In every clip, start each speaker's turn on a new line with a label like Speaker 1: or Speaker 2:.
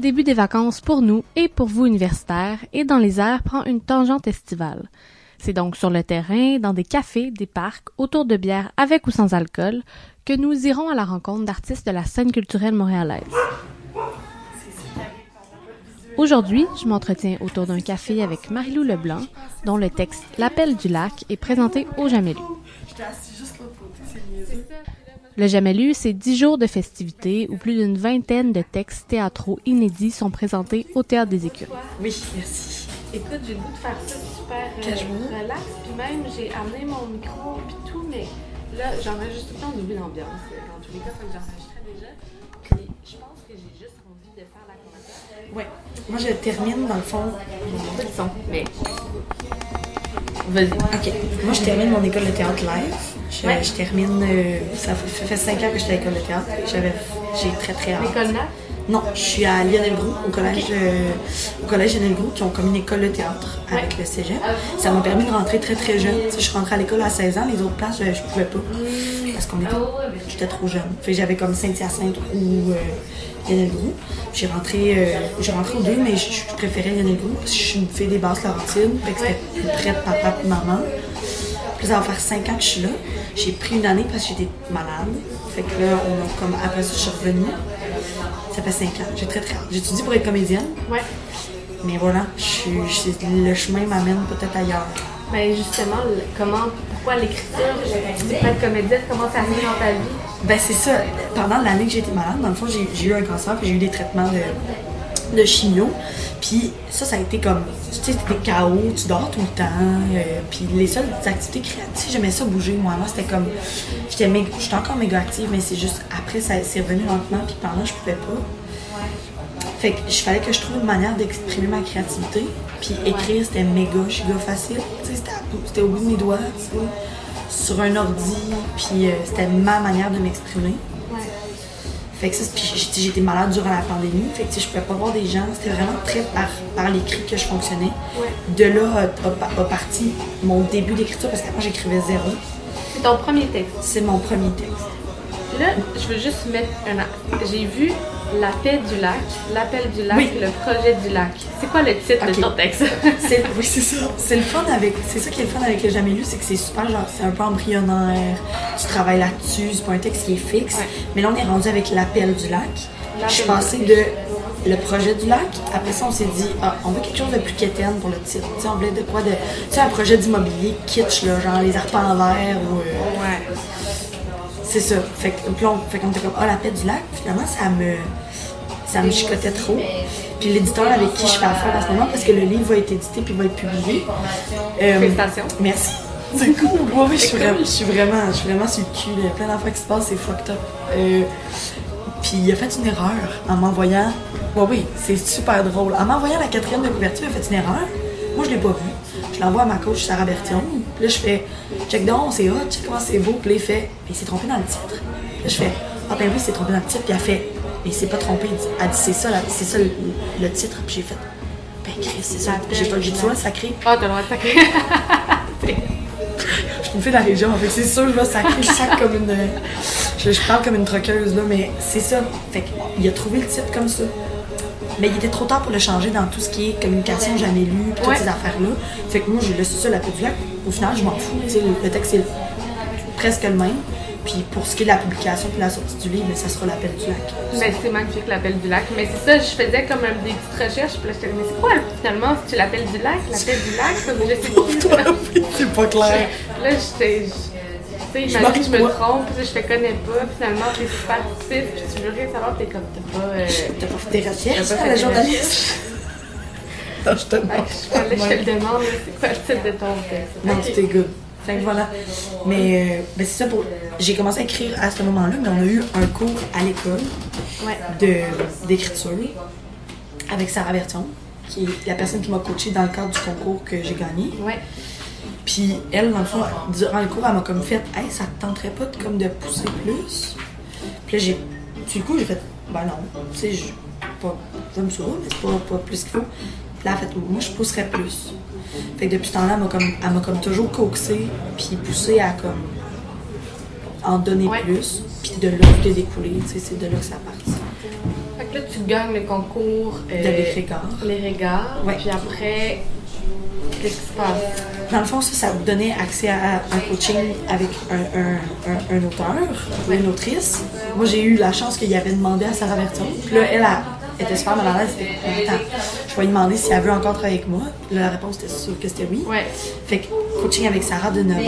Speaker 1: début des vacances pour nous et pour vous universitaires et dans les airs prend une tangente estivale. C'est donc sur le terrain, dans des cafés, des parcs, autour de bières avec ou sans alcool, que nous irons à la rencontre d'artistes de la scène culturelle montréalaise. Aujourd'hui, je m'entretiens autour d'un café avec Marilou Leblanc, dont le texte L'appel du lac est présenté au Jamais lu. Le Jamais lu, c'est dix jours de festivités où plus d'une vingtaine de textes théâtraux inédits sont présentés au Théâtre des Écuries.
Speaker 2: Oui, merci.
Speaker 3: Écoute, j'ai le goût de faire ça super euh,
Speaker 2: Casual.
Speaker 3: relax. Puis même, j'ai amené mon micro puis tout, mais là, j'enregistre tout le temps au début l'ambiance. euh, Dans tous les cas, fait que j'enregistrais déjà. Puis je pense que j'ai juste envie de faire la conversation.
Speaker 2: Ouais. Moi, je termine, dans le fond.
Speaker 3: J'ai pas le son, mais
Speaker 2: OK. Moi, je termine mon école de théâtre live. Je,
Speaker 3: Ouais.
Speaker 2: je termine. euh, ça fait, fait cinq ans que j'étais à l'école de théâtre. J'avais, j'ai très, très hâte.
Speaker 3: l'école là,
Speaker 2: Non, je suis à Lionel Groux, au collège, euh, au collège Lionel Groux, qui ont comme une école de théâtre avec le cégep. Ça m'a permis de rentrer très, très jeune. Tu sais, je suis rentrée à l'école à 16 ans. Les autres places, je, je pouvais pas. Parce qu'on était. J'étais trop jeune. Fait que j'avais comme Saint-Hyacinthe ou euh, Lionel Groux. J'ai rentré, euh, j'ai rentré aux deux, mais je, je préférais Lionel Groux parce que je suis une fille des basses Laurentides. Fait que c'était près de papa et maman. Puis ça va faire 5 ans que je suis là. J'ai pris une année parce que j'étais malade. Fait que là, on a comme après ça, je suis revenue. Ça fait 5 ans. J'ai très très hâte. J'étudie pour être comédienne,
Speaker 3: ouais.
Speaker 2: mais voilà, je, suis- je suis- le chemin m'amène peut-être ailleurs.
Speaker 3: Ben justement, le- comment, pourquoi l'écriture, tu dis pas être comédienne, comment ça vient dans ta vie?
Speaker 2: Ben c'est ça. Pendant l'année que j'ai été malade, dans le fond, j'ai j'ai eu un cancer, puis j'ai eu des traitements de, de chimio. Puis ça, ça a été comme, tu sais, t'es KO, tu dors tout le temps. euh, puis les seules activités créatives, j'aimais ça bouger, moi. Avant, c'était comme, j'étais mé- j'étais encore méga active, mais c'est juste, après, ça c'est revenu lentement, puis pendant, je pouvais pas. Fait que je fallait que je trouve une manière d'exprimer ma créativité. Puis écrire, c'était méga, giga facile. Tu sais, c'était à bout- c'était au bout de mes doigts, tu sais, sur un ordi. Puis euh, c'était ma manière de m'exprimer. Fait que ça, c'est- puis j'ai- j'étais malade durant la pandémie. Fait que tu sais, je pouvais pas voir des gens. C'était vraiment très par, par l'écrit que je fonctionnais. De là a, a- a parti mon début d'écriture parce qu'avant, j'écrivais zéro.
Speaker 3: C'est ton premier texte.
Speaker 2: C'est mon premier texte.
Speaker 3: Là, je veux juste mettre un. a- J'ai vu la paix du lac, l'appel du lac,
Speaker 2: Oui.
Speaker 3: le projet du lac. C'est quoi le titre
Speaker 2: Ok.
Speaker 3: de ton texte?
Speaker 2: C'est- oui, c'est ça. C'est le fun avec. C'est ça qui est le fun avec le jamais lu, c'est que c'est super, genre, c'est un peu embryonnaire. Tu travailles là-dessus, c'est pas un texte qui est fixe.
Speaker 3: Ouais.
Speaker 2: Mais là, on est rendu avec l'appel du lac.
Speaker 3: L'appel
Speaker 2: Je suis
Speaker 3: du
Speaker 2: passée
Speaker 3: lac.
Speaker 2: de le projet du lac. Après ça, on s'est dit, ah, on veut quelque chose de plus quétaine pour le titre. Tu sais, on voulait de quoi de. Tu sais, un projet d'immobilier kitsch, là, genre les arpents en verre ou. euh,
Speaker 3: ouais.
Speaker 2: c'est ça. Fait que, puis on, fait qu'on était comme, ah, la paix du lac, finalement, ça me, ça me chicotait trop. Puis l'éditeur avec qui je fais affaire en ce moment, parce que le livre va être édité puis va être publié. euh,
Speaker 3: Félicitations.
Speaker 2: Merci. C'est cool. Ouais, ouais, je, suis vraiment, je suis vraiment, je suis vraiment sur le cul. Il y a plein d'affaires qui se passent, c'est fucked up. Euh, puis il a fait une erreur en m'envoyant. Ouais, oui, c'est super drôle. En m'envoyant la quatrième de couverture, il a fait une erreur. Moi, je l'ai pas vue. Je l'envoie à ma coach Sarah Bertillon. Puis là, je fais check donc, c'est hot, check comment c'est beau. Puis là, il fait, mais il s'est trompé dans le titre. Puis là, je fais, ah ben oui, il s'est trompé dans le titre. Puis elle fait, mais il s'est pas trompé. Elle dit, c'est ça, la- c'est ça le, le titre. Puis j'ai fait, ben Chris, c'est ça. J'ai pas- j'ai toujours le sacré.
Speaker 3: Ah, t'as le droit de sacrer.
Speaker 2: Je suis une fille de la région, en fait que c'est sûr, je vais sacrer, je sac comme une. Je, je parle comme une troqueuse, là, mais c'est ça. Fait que, il a trouvé le titre comme ça. Mais il était trop tard pour le changer dans tout ce qui est communication, jamais lu, puis
Speaker 3: Ouais.
Speaker 2: toutes ces affaires-là. Fait que moi, j'ai laissé ça la paix du lac. Au final, je m'en fous. tu sais, Le, le texte est presque le même. Puis pour ce qui est de la publication puis la sortie du livre, ben, ça sera l'appel du lac.
Speaker 3: Mais c'est magnifique l'appel du lac. Mais c'est ça, je faisais comme un- des petites recherches. Puis là, j'étais comme, mais c'est quoi finalement si tu l'appelles du lac, l'appel du lac? Parce que je sais
Speaker 2: Pour toi,
Speaker 3: pas.
Speaker 2: c'est pas clair.
Speaker 3: Là, j'étais. je- Tu sais, imagine que je me
Speaker 2: Marque-toi.
Speaker 3: trompe, puis je te connais pas, finalement, t'es super petite, puis tu veux rien savoir, t'es comme, t'as pas. euh,
Speaker 2: T'as pas fait des recherches,
Speaker 3: T'as pas
Speaker 2: à
Speaker 3: fait
Speaker 2: la
Speaker 3: des
Speaker 2: journaliste? non, je te
Speaker 3: Fait
Speaker 2: demande.
Speaker 3: que Je fallait que je te le demande, c'est quoi le titre de ton texte?
Speaker 2: Non,
Speaker 3: Ok.
Speaker 2: c'était good. Fait que voilà. Mais euh, ben c'est ça pour. J'ai commencé à écrire à ce moment-là, mais on a eu un cours à l'école
Speaker 3: Ouais.
Speaker 2: de- d'écriture avec Sarah Bertion, qui est la personne qui m'a coachée dans le cadre du concours que j'ai gagné.
Speaker 3: Ouais.
Speaker 2: Puis elle, dans le fond, durant le cours, elle m'a comme fait Hey, ça te tenterait pas de, comme de pousser plus Puis là, j'ai. Du coup, j'ai fait Ben non, tu sais, je pas- j'aime ça, mais c'est pas, pas plus qu'il faut. Puis là, elle a fait Moi, je pousserais plus. Fait que depuis ce temps-là, elle m'a comme, elle m'a comme toujours coaxé, puis poussé à comme. en donner
Speaker 3: Ouais.
Speaker 2: plus, puis de là, de découler, tu sais, c'est de là que ça part.
Speaker 3: Fait que Là, tu gagnes le concours. euh,
Speaker 2: D'Éric Ricard.
Speaker 3: Les regards.
Speaker 2: Ouais.
Speaker 3: Puis après, qu'est-ce qui se passe?
Speaker 2: Dans le fond, ça, ça vous donnait accès à, à un coaching avec un, un- un- un auteur ou une autrice. Moi, j'ai eu la chance qu'il avait demandé à Sarah Berton. Puis là, elle, a, était super mal à l'aise. elle était contente. Je vais lui demander si elle veut encore travailler avec moi. Puis là, la réponse était sûre que c'était oui.
Speaker 3: Ouais.
Speaker 2: Fait que coaching avec Sarah de 9h.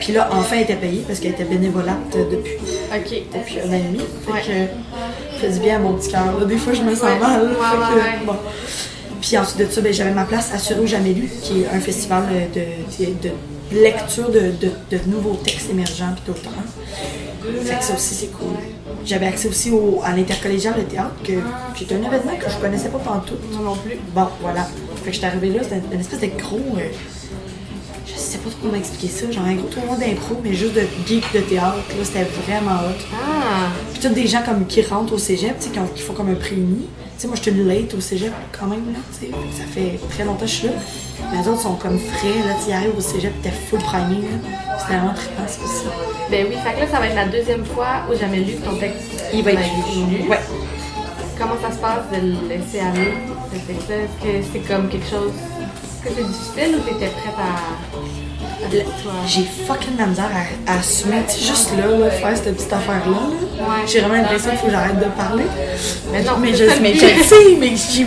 Speaker 2: Puis là, enfin, elle était payée parce qu'elle était bénévolante depuis,
Speaker 3: Ok.
Speaker 2: depuis un an et demi. Fait
Speaker 3: Ouais.
Speaker 2: que ça fait du bien à mon petit cœur. là. Des fois, je me sens
Speaker 3: Ouais.
Speaker 2: mal. là.
Speaker 3: Ouais,
Speaker 2: Fait
Speaker 3: ouais,
Speaker 2: que,
Speaker 3: ouais.
Speaker 2: bon. Puis ensuite de ça, ben, j'avais ma place à Sur ou Jamais Lu, qui est un festival de, de- de lecture de, de- de nouveaux textes émergents et d'auteurs. Fait que ça aussi, c'est cool. J'avais accès aussi au- à l'intercollégial de théâtre, que, qui est un événement que je connaissais pas pantoute.
Speaker 3: Moi non plus.
Speaker 2: Bon, voilà. Fait que j'étais arrivée là, c'était une espèce de gros. euh, je sais pas trop comment expliquer ça, genre un gros tournoi d'impro, mais juste de geek de théâtre. Là, c'était vraiment hot.
Speaker 3: Ah!
Speaker 2: Puis toutes des gens comme qui rentrent au cégep, tu sais, qui, ont- qui font comme un prix uni. Tu sais, moi, j'étais une late au cégep quand même, là, tu sais. Fait que Ça fait très longtemps que je suis là. Mais les autres sont comme frais, là, tu sais, ils arrivent au cégep, t'es full primé, là. C'était vraiment très c'est aussi.
Speaker 3: Ben oui, fait que là, ça va être la deuxième fois où jamais lu que ton texte.
Speaker 2: Il va être
Speaker 3: lu.
Speaker 2: Ouais.
Speaker 3: Comment ça se passe de le laisser aller, ce texte-là? Est-ce que c'est comme quelque chose. Est-ce que c'est difficile ou t'étais prête à. à faire toi?
Speaker 2: J'ai fucking de la misère à, à assumer, tu sais, juste là, là, faire cette petite affaire-là. là.
Speaker 3: Ouais.
Speaker 2: J'ai vraiment l'impression qu'il faut que j'arrête de parler.
Speaker 3: Mais non,
Speaker 2: mais je,
Speaker 3: c'est ça le
Speaker 2: mais
Speaker 3: but.
Speaker 2: je le sais, mais j'ai-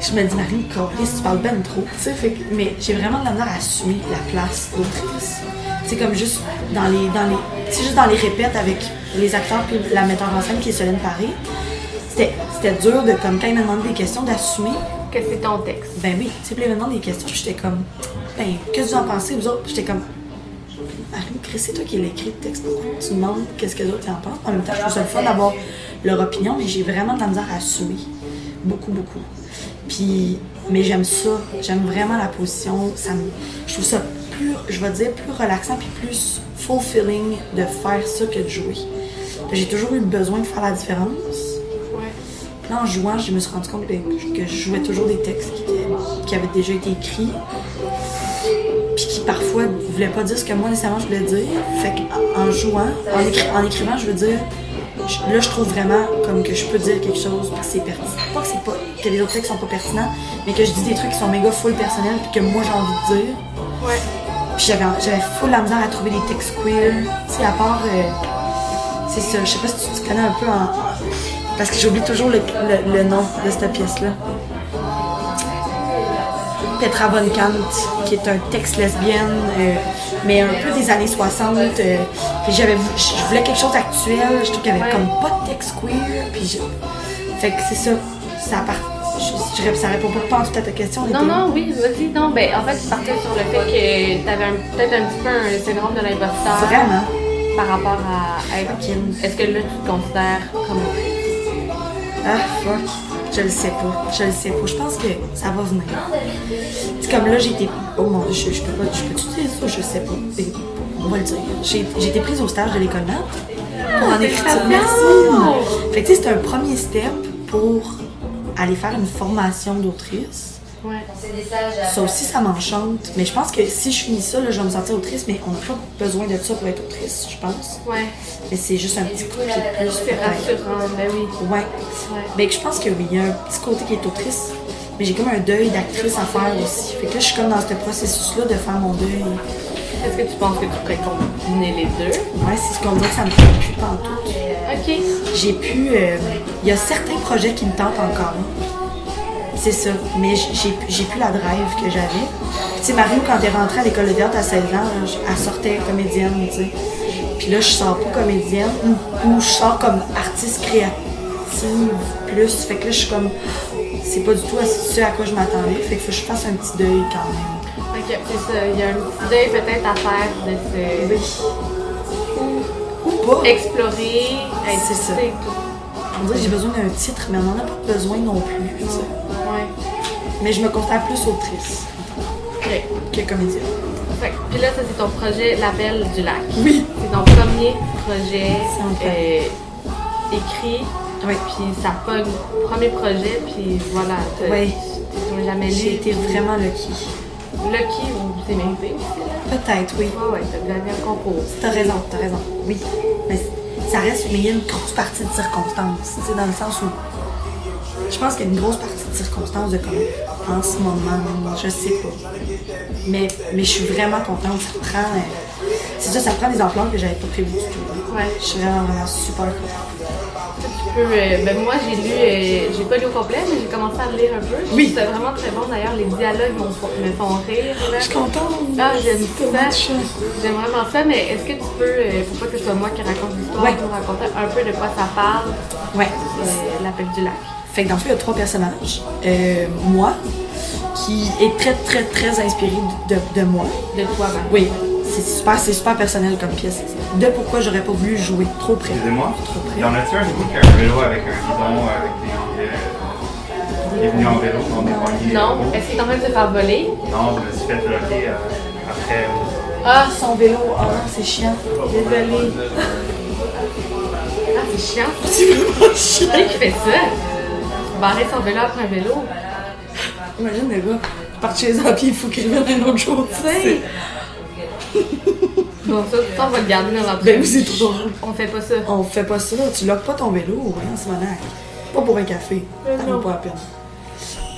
Speaker 2: je me dis, Marie, Coralie, tu parles ben trop, tu sais. fait que- mais j'ai vraiment de la misère à assumer la place d'autrice. C'est comme juste dans les, dans les, tu sais, juste dans les répètes avec les acteurs puis la metteur en scène qui est Solène Paré. C'était c'était dur de, comme quand ils me demandent des questions, d'assumer.
Speaker 3: Que c'est ton texte.
Speaker 2: Ben oui, tu sais, puis là, ils me demandent des questions, puis j'étais comme, ben, qu'est-ce que vous en pensez, vous autres? Puis J'étais comme, Marie, Chris, c'est toi qui l'as écrit le texte, pourquoi tu demandes qu'est-ce que les autres en pensent? En même temps, je trouve ça le fun d'avoir leur opinion, mais j'ai vraiment de la misère à assumer. Beaucoup, beaucoup. Puis, mais j'aime ça. J'aime vraiment la position. Ça me, je trouve ça plus, je vais dire, plus relaxant puis plus fulfilling de faire ça que de jouer. J'ai toujours eu besoin de faire la différence.
Speaker 3: Ouais.
Speaker 2: Puis là, en jouant, je me suis rendu compte que, que je jouais toujours des textes qui, étaient- qui avaient déjà été écrits, puis qui parfois ne voulaient pas dire ce que moi nécessairement je voulais dire. Fait qu'en en jouant, en, écri- en écrivant, je veux dire, je- là, je trouve vraiment comme que je peux dire quelque chose, puis que c'est pertinent. Pas que, c'est pas que les autres textes sont pas pertinents, mais que je dis des trucs qui sont méga full personnels, puis que moi j'ai envie de dire.
Speaker 3: Ouais.
Speaker 2: Puis j'avais, j'avais full la misère à trouver des textes queer. Tu sais, à part. euh, c'est ça, je sais pas si tu te connais un peu en. Parce que j'oublie toujours le, le- le nom de cette pièce-là. Petra von Kant, qui est un texte lesbienne, euh, mais un peu des années 60. euh, puis j'avais, vou- je voulais quelque chose d'actuel. Je trouve qu'il y avait
Speaker 3: Ouais.
Speaker 2: comme pas de texte queer. Puis je- Fait que c'est ça. Ça, part, je, je- ça répond pas tout à ta question.
Speaker 3: Non,
Speaker 2: Nathalie.
Speaker 3: non, oui, vas-y. Non, ben en fait, tu partais sur le fait que t'avais un- peut-être un petit peu un syndrome de l'imposteur.
Speaker 2: Vraiment.
Speaker 3: Par rapport à, à Hopkins. Est-ce que là, tu te considères comme.
Speaker 2: Ah, fuck. Je le sais pas. Je le sais pas. Je pense que ça va venir. C'est comme là, j'ai été. Oh mon dieu, je, je peux pas. Je peux dire ça? Je sais pas. C'est- On va le dire. J'ai j'ai été prise au stage de l'école Nat pour en écriture. Merci. Fait que tu sais, c'est un premier step pour aller faire une formation d'autrice.
Speaker 3: Ouais.
Speaker 2: Ça aussi, ça m'enchante. Mais je pense que si je finis ça, là, je vais me sentir autrice, mais on n'a pas besoin de ça pour être autrice, je pense.
Speaker 3: Ouais.
Speaker 2: Mais c'est juste un petit coup de pied de plus.
Speaker 3: C'est
Speaker 2: peut-être.
Speaker 3: rassurant, ben oui.
Speaker 2: Ouais. Ben, je pense que oui, il y a un petit côté qui est autrice, mais j'ai comme un deuil d'actrice à faire aussi. Fait que là, je suis comme dans ce processus-là de faire mon deuil.
Speaker 3: Est-ce que tu penses que tu pourrais combiner les deux?
Speaker 2: Ouais, c'est ce qu'on dit que ça me fait plus pantoute.
Speaker 3: Ok.
Speaker 2: J'ai pu. euh, Il y a certains projets qui me tentent encore. C'est ça. Mais j- j'ai j'ai plus la drive que j'avais. Tu sais, Mario, quand elle est rentrée à l'école de théâtre à 16 ans, là, j- elle sortait comédienne, tu sais. Puis là, je sors pas comédienne ou- ou, je sors comme artiste créative plus. Fait que là, je suis comme. C'est pas du tout à ce à quoi je m'attendais. Fait que faut que je fasse un petit deuil quand même.
Speaker 3: Ok, c'est ça. Il y a un petit deuil peut-être à faire de se
Speaker 2: Eh ben, Ou pas.
Speaker 3: explorer, être
Speaker 2: C'est ça.
Speaker 3: tu sais, tout.
Speaker 2: On dirait que j'ai besoin d'un titre, mais on en a pas besoin non plus, tu sais.
Speaker 3: Ouais.
Speaker 2: Mais je me considère plus autrice
Speaker 3: Ok.
Speaker 2: que comédienne.
Speaker 3: Fait que- Puis là, ça, c'est ton projet L'appel du lac.
Speaker 2: Oui.
Speaker 3: C'est ton premier projet
Speaker 2: C'est mon premier.
Speaker 3: euh, écrit.
Speaker 2: Oui.
Speaker 3: Puis ça pogne. Premier projet, puis voilà. t'as-
Speaker 2: Oui.
Speaker 3: Tu l'as jamais lu.
Speaker 2: J'ai été
Speaker 3: puis
Speaker 2: vraiment lucky.
Speaker 3: Lucky ou c'est mérité aussi, là.
Speaker 2: Peut-être, oui.
Speaker 3: Ouais, ouais, t'as gagné un concours.
Speaker 2: T'as raison, t'as raison. Oui. Mais c- ça reste, mais il y a une grosse partie de circonstances. Tu sais, dans le sens où je pense qu'il y a une grosse partie de circonstances de comme en ce moment, je sais pas. Mais, mais je suis vraiment contente. Ça prend. euh, c'est ça, ça prend des ampleurs que j'avais pas prévues du tout.
Speaker 3: Ouais.
Speaker 2: Je suis vraiment, vraiment super contente.
Speaker 3: Tu peux, euh, ben moi, j'ai lu, euh, j'ai pas lu au complet, mais j'ai commencé à le lire un peu. Je
Speaker 2: Oui.
Speaker 3: trouve ça vraiment très bon. D'ailleurs, les dialogues m'ont fo- me font rire. là.
Speaker 2: Je suis contente.
Speaker 3: Ah, j'aime
Speaker 2: Comment
Speaker 3: ça.
Speaker 2: tu fais?
Speaker 3: J'aime vraiment ça, mais est-ce que tu peux, euh, pour pas que ce soit moi qui raconte l'histoire,
Speaker 2: Ouais.
Speaker 3: nous raconter un peu de quoi ça parle,
Speaker 2: Ouais.
Speaker 3: euh, l'appel du lac?
Speaker 2: Fait que dans le fond, il y a trois personnages. Euh, moi, qui est très, très, très inspiré de, de- de moi.
Speaker 3: De ben? toi, Marie.
Speaker 2: Oui, c'est super, c'est super personnel comme pièce. De pourquoi j'aurais pas voulu jouer trop près.
Speaker 4: Excusez-moi, il y en a-tu un de vous qui a un vélo avec un bidon, avec des. euh, qui est venu en vélo, non, des poignées,
Speaker 3: Non?
Speaker 4: euh,
Speaker 3: Est-ce que t'es en train de te faire voler?
Speaker 4: Non, je me suis fait bloquer euh, après. euh,
Speaker 3: Ah,
Speaker 2: Son vélo, oh, c'est chiant. Désolée.
Speaker 3: ah, c'est chiant. C'est qui fait ça? Barrer son vélo après un vélo.
Speaker 2: Imagine le gars, il part chez eux, puis il faut qu'il revienne un autre jour.
Speaker 3: Hey! Bon, ça, ça, on va le garder dans notre
Speaker 2: Ben oui, c'est trop drôle.
Speaker 3: On fait pas ça.
Speaker 2: On fait pas ça, tu loques pas ton vélo, hein, voyons, Simonac. Pas pour un café, ça vaut pas la peine.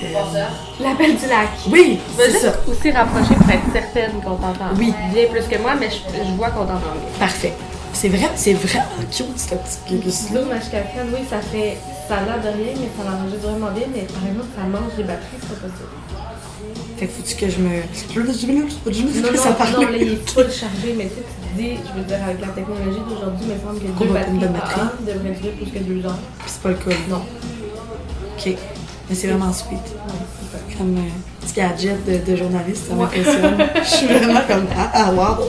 Speaker 2: Euh,
Speaker 3: L'appel du lac.
Speaker 2: oui,
Speaker 3: Je
Speaker 2: c'est
Speaker 3: vais
Speaker 2: ça.
Speaker 3: juste aussi rapprocher pour être certaine qu'on t'entend.
Speaker 2: Oui.
Speaker 3: Bien plus que moi, mais je, je vois qu'on t'entend bien.
Speaker 2: Parfait. C'est vrai, c'est vraiment cute, ce petit gugus-là.
Speaker 5: L'eau Mashkafan, oui, ça fait. Ça a l'air de rien, mais ça l'enregistre vraiment bien, mais par exemple, ça mange les batteries, c'est pas possible.
Speaker 2: Fait que faut-tu que je me. Je me
Speaker 5: Non,
Speaker 2: que ça parle.
Speaker 5: non, non, là, il est full chargé, mais tu sais, tu te dis, je veux dire, avec la technologie d'aujourd'hui, il me semble que
Speaker 2: Qu'on
Speaker 5: deux
Speaker 2: va prendre
Speaker 5: batteries
Speaker 2: de
Speaker 5: par heure devraient durer plus que deux heures.
Speaker 2: C'est pas le cas.
Speaker 5: Non.
Speaker 2: Ok. Mais c'est vraiment sweet. Comme euh, petit gadget de, de journaliste, ça m'impressionne. Je suis vraiment comme ah, ah wow.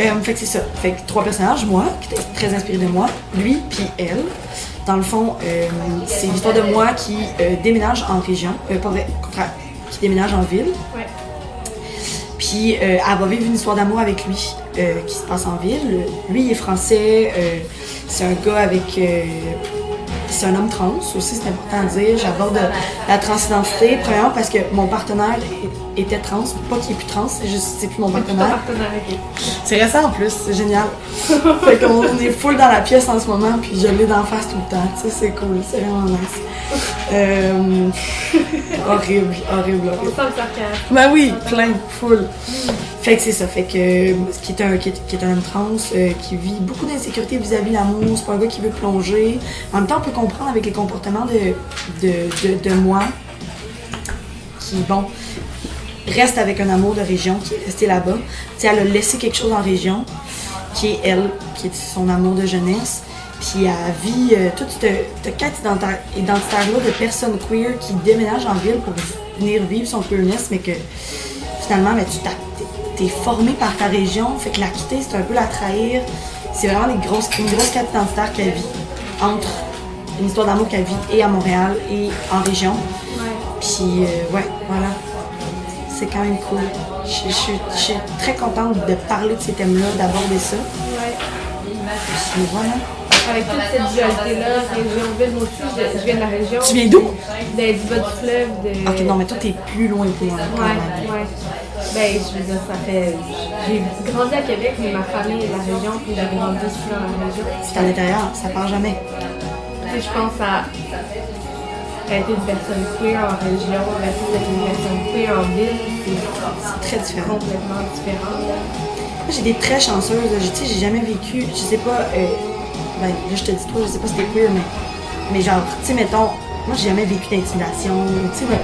Speaker 2: Euh, fait que c'est ça. Fait que trois personnages, moi, qui était très inspiré de moi, lui, puis elle. Dans le fond, euh, c'est l'histoire de moi qui euh, déménage en région. Euh, pas vrai, au contraire. Qui déménage en ville.
Speaker 5: Ouais.
Speaker 2: Puis euh, elle va vivre une histoire d'amour avec lui euh, qui se passe en ville. Lui, il est français. euh, c'est un gars avec. euh, c'est un homme trans aussi, c'est important à dire. J'aborde euh, la transidentité, premièrement parce que mon partenaire é- était trans. Pas qu'il est plus trans, c'est juste c'est plus mon
Speaker 5: C'est pas
Speaker 2: partenaire.
Speaker 5: partenariat.
Speaker 2: C'est récent en plus, c'est génial. fait qu'on on est full dans la pièce en ce moment, puis je l'ai d'en face tout le temps. Tu sais, c'est cool, c'est vraiment nice. Euh, horrible, horrible,
Speaker 5: On
Speaker 2: horrible.
Speaker 5: sent le sarcasme.
Speaker 2: Ben oui, plein, full. Fait que c'est ça, fait que euh, qui est un, qui est, qui est un homme trans, euh, qui vit beaucoup d'insécurité vis-à-vis de l'amour, c'est pas un gars qui veut plonger. En même temps, on peut comprendre avec les comportements de, de, de, de moi, qui, bon, reste avec un amour de région, qui est resté là-bas. Tu sais, elle a laissé quelque chose en région, qui est elle, qui est son amour de jeunesse. Puis elle vit euh, toute cette, cette quête identa- identitaire-là de personnes queer qui déménagent en ville pour venir vivre son queerness, mais que finalement, ben, tu t'as- t'es- t'es formé par ta région. Fait que la quitter, c'est un peu la trahir. C'est vraiment des grosses, une grosse quête identitaire qu'elle vit entre une histoire d'amour qu'elle vit et à Montréal et en région. Puis, euh, ouais, voilà. C'est quand même cool. Je je suis je suis très contente de parler de ces thèmes-là, d'aborder ça. hein?
Speaker 5: Ouais.
Speaker 2: Puis voilà.
Speaker 5: Avec toute cette dualité-là, région, ville, moi aussi, je, je viens de la région.
Speaker 2: Tu viens d'où? Ah,
Speaker 5: Des- Du bas du fleuve, de.
Speaker 2: Ok, non, mais toi, t'es plus loin que moi. hein, quand même.
Speaker 5: Ouais, ouais. Ben, je veux dire, ça fait. J'ai grandi à Québec, mais ma famille est de la région, puis j'ai grandi aussi dans la région.
Speaker 2: C'est à l'intérieur, ça part jamais.
Speaker 5: Tu sais, je pense à être une personne queer en région versus être une personne queer en ville, c'est
Speaker 2: Très différent.
Speaker 5: complètement différent. là.
Speaker 2: Moi, J'ai des très chanceuses. Je tu sais, j'ai jamais vécu. Je sais pas. euh, ben, là, je te dis toi, je sais pas si t'es queer, mais. Mais genre, tu sais, mettons, moi, j'ai jamais vécu d'intimidation. Tu sais, ben,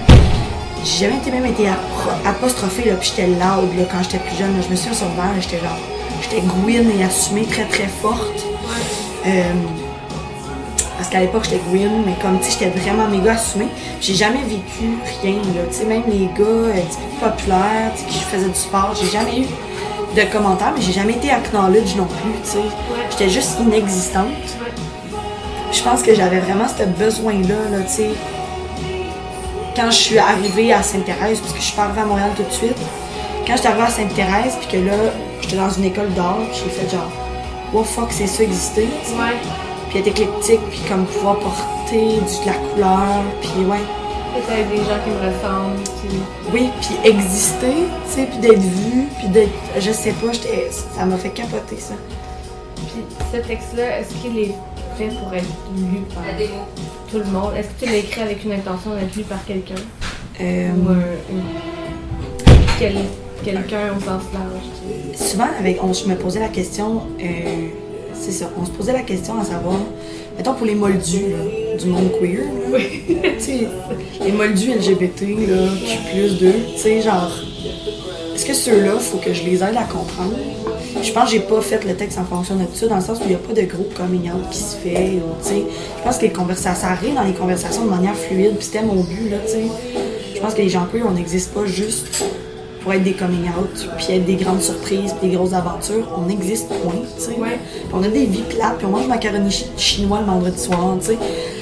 Speaker 2: j'ai jamais été même été appro- apostrophée, là, puis j'étais loud, là, quand j'étais plus jeune. là. je me suis sur verre, j'étais genre. J'étais gouine et assumée très, très forte. Euh, parce qu'à l'époque, j'étais Gwyn, mais comme, tu sais, j'étais vraiment méga assumée. J'ai jamais vécu rien, là. Tu sais, même les gars euh, du plus populaires, tu sais, qui faisaient du sport, j'ai jamais eu de commentaires, mais j'ai jamais été acknowledge non plus, tu sais. J'étais juste inexistante. Je pense que j'avais vraiment ce besoin-là, là, tu sais. Quand je suis arrivée à Sainte-Thérèse, parce que je suis pas arrivée à Montréal tout de suite, quand je suis arrivée à Sainte-Thérèse, puis que là, j'étais dans une école d'art, j'ai fait genre, wow, fuck, c'est ça exister, tu sais
Speaker 5: Ouais.
Speaker 2: puis être éclectique, puis comme pouvoir porter du, de la couleur, puis ouais,
Speaker 5: Peut-être avec des gens qui me ressemblent, qui.
Speaker 2: oui, puis exister, tu sais, puis d'être vu, puis d'être, je sais pas, j'étais- ça m'a fait capoter ça.
Speaker 5: Puis ce texte-là, est-ce qu'il est fait pour être lu par
Speaker 3: tout le monde. Est-ce que tu l'as écrit avec une intention d'être lu par quelqu'un?
Speaker 2: Euh,
Speaker 3: Ou un, un- quel- quelqu'un au sens large? tu sais.
Speaker 2: souvent, avec, on, je me posais la question, euh, c'est ça, on se posait la question à savoir, mettons pour les moldus là, du monde queer, là, tu sais, les moldus LGBT, là, Q2, tu sais, genre, est-ce que ceux-là, faut que je les aide à comprendre? Je pense que j'ai pas fait le texte en fonction de ça, dans le sens où il n'y a pas de gros coming out qui se fait, ou, tu sais. Je pense que les conversations, ça arrive dans les conversations de manière fluide, puis c'était mon but, là, tu sais. Je pense que les gens queer, on n'existe pas juste pour être des coming out, puis être des grandes surprises, puis des grosses aventures. On existe, point, tu sais.
Speaker 3: Ouais.
Speaker 2: Puis on a des vies plates, puis on mange macaroni chi- chinois le vendredi soir, tu sais.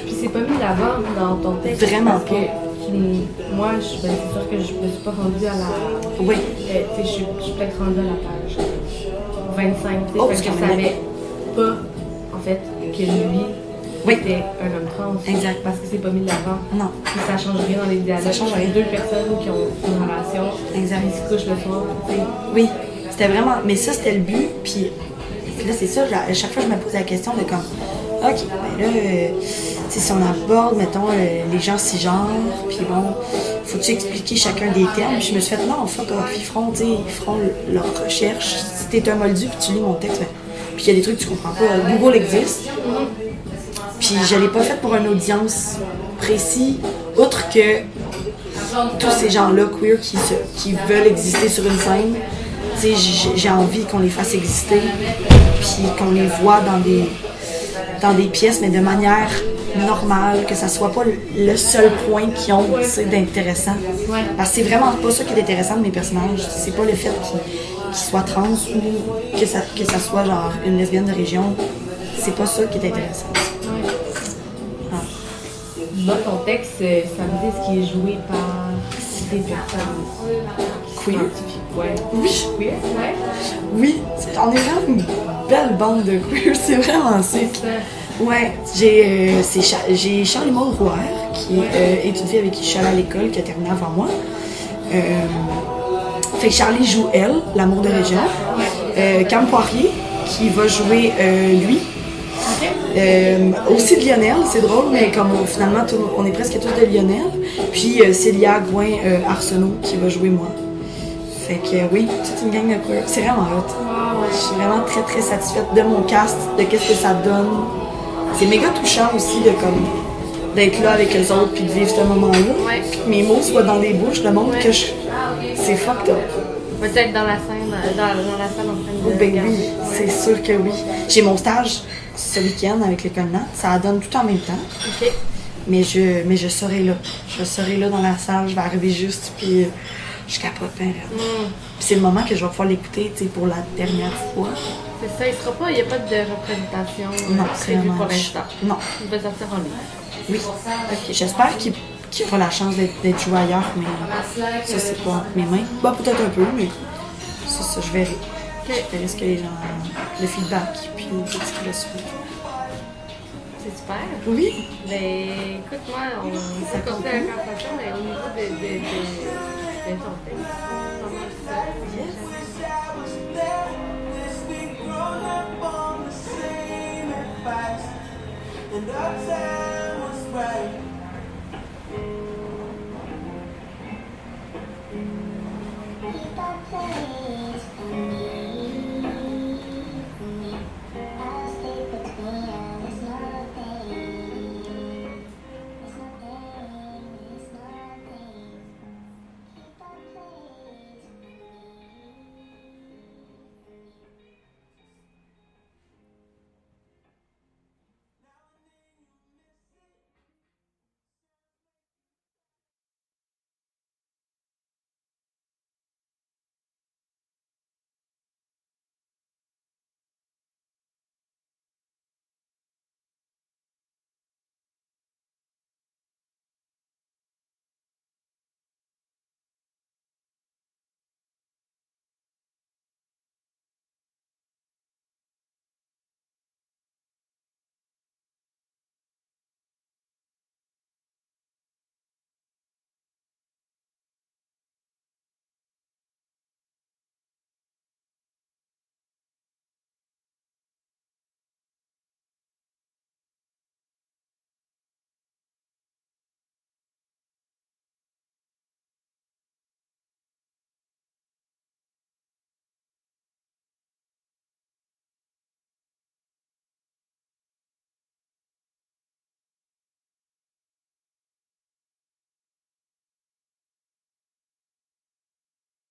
Speaker 3: Puis c'est pas mis d'avant dans ton texte.
Speaker 2: Vraiment
Speaker 3: parce que tu- moi, je, ben, c'est sûr que je me suis pas rendue à la.
Speaker 2: Oui.
Speaker 3: Euh, tu sais, je suis je suis peut-être rendue à la page 25, tu sais,
Speaker 2: Oh,
Speaker 3: parce
Speaker 2: c'est
Speaker 3: que je
Speaker 2: quand même.
Speaker 3: savais pas, en fait, que lui
Speaker 2: Oui.
Speaker 3: était un homme trans.
Speaker 2: Exact.
Speaker 3: Parce que c'est pas mis de l'avant.
Speaker 2: Non.
Speaker 3: Puis ça change rien dans les dialogues.
Speaker 2: Ça change rien.
Speaker 3: Deux personnes qui ont une relation,
Speaker 2: Exact.
Speaker 3: qui se couchent le soir, tu sais.
Speaker 2: Oui, c'était vraiment. Mais ça, c'était le but. Puis puis là, c'est ça. genre, à chaque fois, je me pose la question de comme, OK, ben là, euh, tu sais, si on aborde, mettons, euh, les gens cisgenres, puis bon, faut-tu expliquer chacun des termes? Puis je me suis fait, non, fuck off, ils feront, tu sais, ils feront le- leur recherche. Si t'es un moldu, puis tu lis mon texte, ben, puis il y a des trucs que tu comprends pas. Google existe. Puis je l'ai pas fait pour une audience précise, autre que tous ces gens-là queer qui, se- qui veulent exister sur une scène. Tu sais, j'ai- j'ai envie qu'on les fasse exister, puis qu'on les voit dans des, dans des pièces, mais de manière normale, que ça soit pas le- le seul point qu'ils ont tu sais, d'intéressant. Parce que c'est vraiment pas ça qui est intéressant de mes personnages. C'est pas le fait qu'ils qu'ils soient trans ou que ça, que ça soit genre une lesbienne de région. C'est pas ça qui est intéressant.
Speaker 3: Moi, ton texte, euh, ça me dit ce qui est joué par des personnes.
Speaker 2: Queer.
Speaker 3: scientifiques, Ouais.
Speaker 2: Oui.
Speaker 3: Queer, ouais.
Speaker 2: Oui, c'est- on est vraiment une belle bande de queer, c'est vraiment sick.
Speaker 3: Ça,
Speaker 2: Ouais, j'ai euh, c'est Cha- j'ai Charles Maud Rouard, qui euh, est une fille avec qui je suis allée à l'école, qui a terminé avant moi. Euh, fait que Charlie joue elle, l'amour de région. Euh, Cam Poirier, qui va jouer euh, lui. Euh, aussi de Lionel, c'est drôle, mais comme on- finalement tout- on est presque tous de Lionel. Puis euh, Célia Gouin euh, Arsenault qui va jouer moi. Fait que euh, oui, toute une gang de queer. C'est vraiment hot. Je suis vraiment très très satisfaite de mon cast, de qu'est-ce que ça donne. C'est méga touchant aussi de comme d'être là avec les autres puis de vivre ce moment-là.
Speaker 6: Ouais.
Speaker 2: Que Mes mots soient dans les bouches, le monde que je. C'est fucked up.
Speaker 3: Peut-être dans la scène, euh, dans, dans la salle en train de
Speaker 2: Oh, ben
Speaker 3: regarder.
Speaker 2: oui, c'est sûr que oui. J'ai mon stage ce week-end avec le collant. Ça donne tout en même temps.
Speaker 3: Ok.
Speaker 2: Mais je, mais je serai là. Je serai là dans la salle. Je vais arriver juste, puis euh, je capote bien. raide.
Speaker 3: Mm.
Speaker 2: Puis c'est le moment que je vais pouvoir l'écouter, tu sais, pour la dernière fois.
Speaker 3: C'est ça, il sera pas, il n'y a pas de représentation euh,
Speaker 2: Non,
Speaker 3: prévue
Speaker 2: vraiment,
Speaker 3: pour
Speaker 2: je-
Speaker 3: l'instant.
Speaker 2: Non.
Speaker 3: Il va sortir en ligne.
Speaker 2: Oui. J'espère qu'il qu'il aura la chance d'être d'être joué ailleurs, mais ça, c'est pas entre mes mains. Bah, peut-être un peu, mais ça, ça, je verrai. Je verrai ce que les gens. le feedback, puis ce qu'ils le souhaitent.
Speaker 3: C'est super.
Speaker 2: Oui.
Speaker 3: Ben, écoute, moi, on s'est compté la conversation, mais au niveau de, de, de, de ton texte, c'est pas mal ça.
Speaker 7: And uptown was right.